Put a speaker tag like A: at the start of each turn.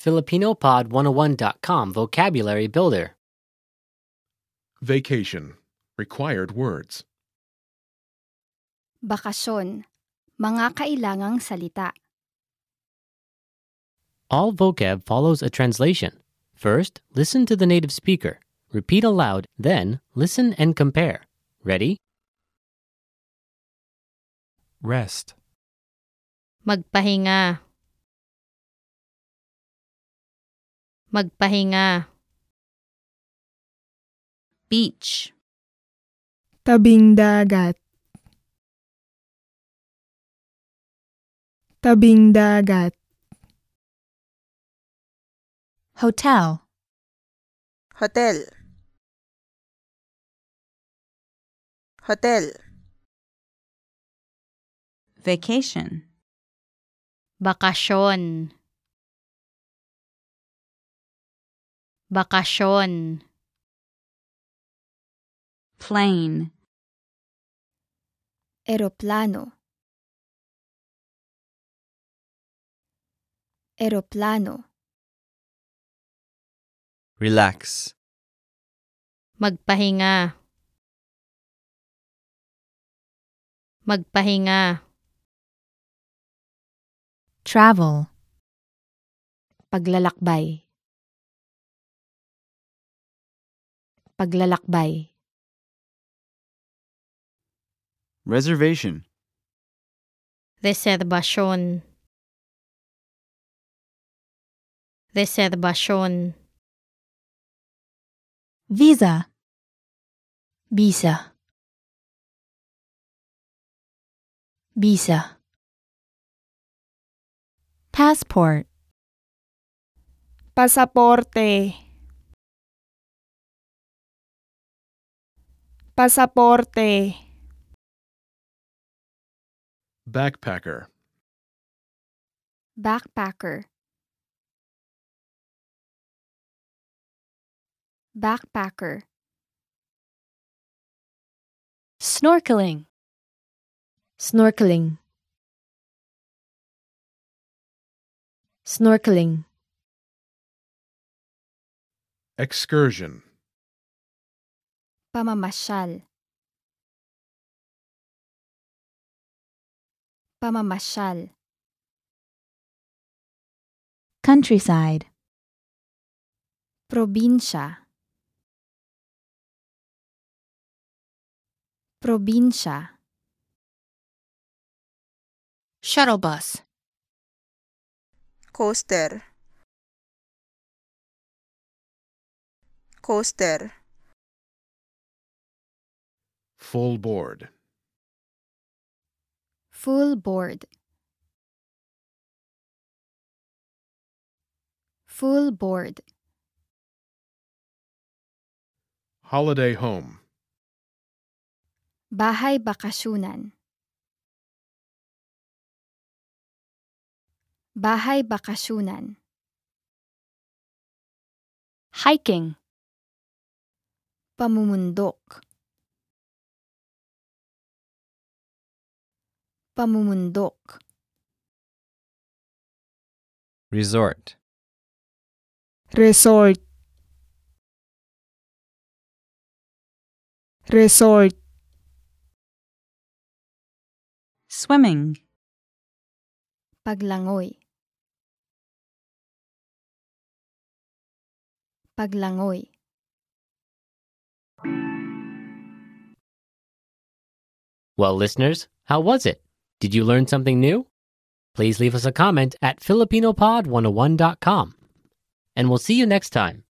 A: FilipinoPod101.com Vocabulary Builder.
B: Vacation. Required words.
C: Bakasyon. Mga kailangang salita.
A: All vocab follows a translation. First, listen to the native speaker. Repeat aloud, then, listen and compare. Ready?
D: Rest.
E: Magpahinga. Magpahinga. Beach.
F: Tabing dagat. Tabing dagat.
G: Hotel.
H: Hotel. Hotel.
G: Vacation.
E: Bakasyon. Bakasyon.
G: Plane.
C: Eroplano. Eroplano.
I: Relax.
E: Magpahinga. Magpahinga.
G: Travel.
E: Paglalakbay. Paglalakbay.
I: Reservation.
E: Reservasyon. Reservasyon.
G: Visa. Visa. Visa. Passport.
F: Pasaporte. Pasaporte.
B: Backpacker.
C: Backpacker. Backpacker.
E: Snorkeling.
J: Snorkeling. Snorkeling.
B: Excursion.
C: Pamamasyal. Pamamasyal.
G: Countryside.
C: Probinsya. Probinsya.
G: Shuttle bus.
H: Coaster. Coaster.
B: Full board.
C: Full board. Full board.
B: Holiday home.
C: Bahay bakasyonan. Bahay bakasyonan.
E: Hiking.
C: Pamumundok. Pamumundok.
I: Resort.
F: Resort. Resort.
G: Swimming.
C: Paglangoy. Paglangoy.
A: Well, listeners, how was it? Did you learn something new? oh Please leave us a comment at FilipinoPod101.com. And we'll see you next time.